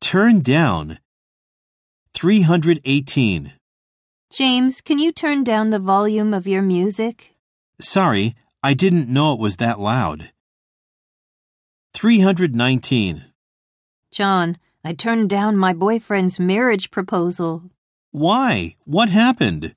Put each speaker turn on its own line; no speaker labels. Turn down. 318.
James, can you turn down the volume of your music?
Sorry, I didn't know it was that loud. 319.
John, I turned down my boyfriend's marriage proposal.
Why? What happened?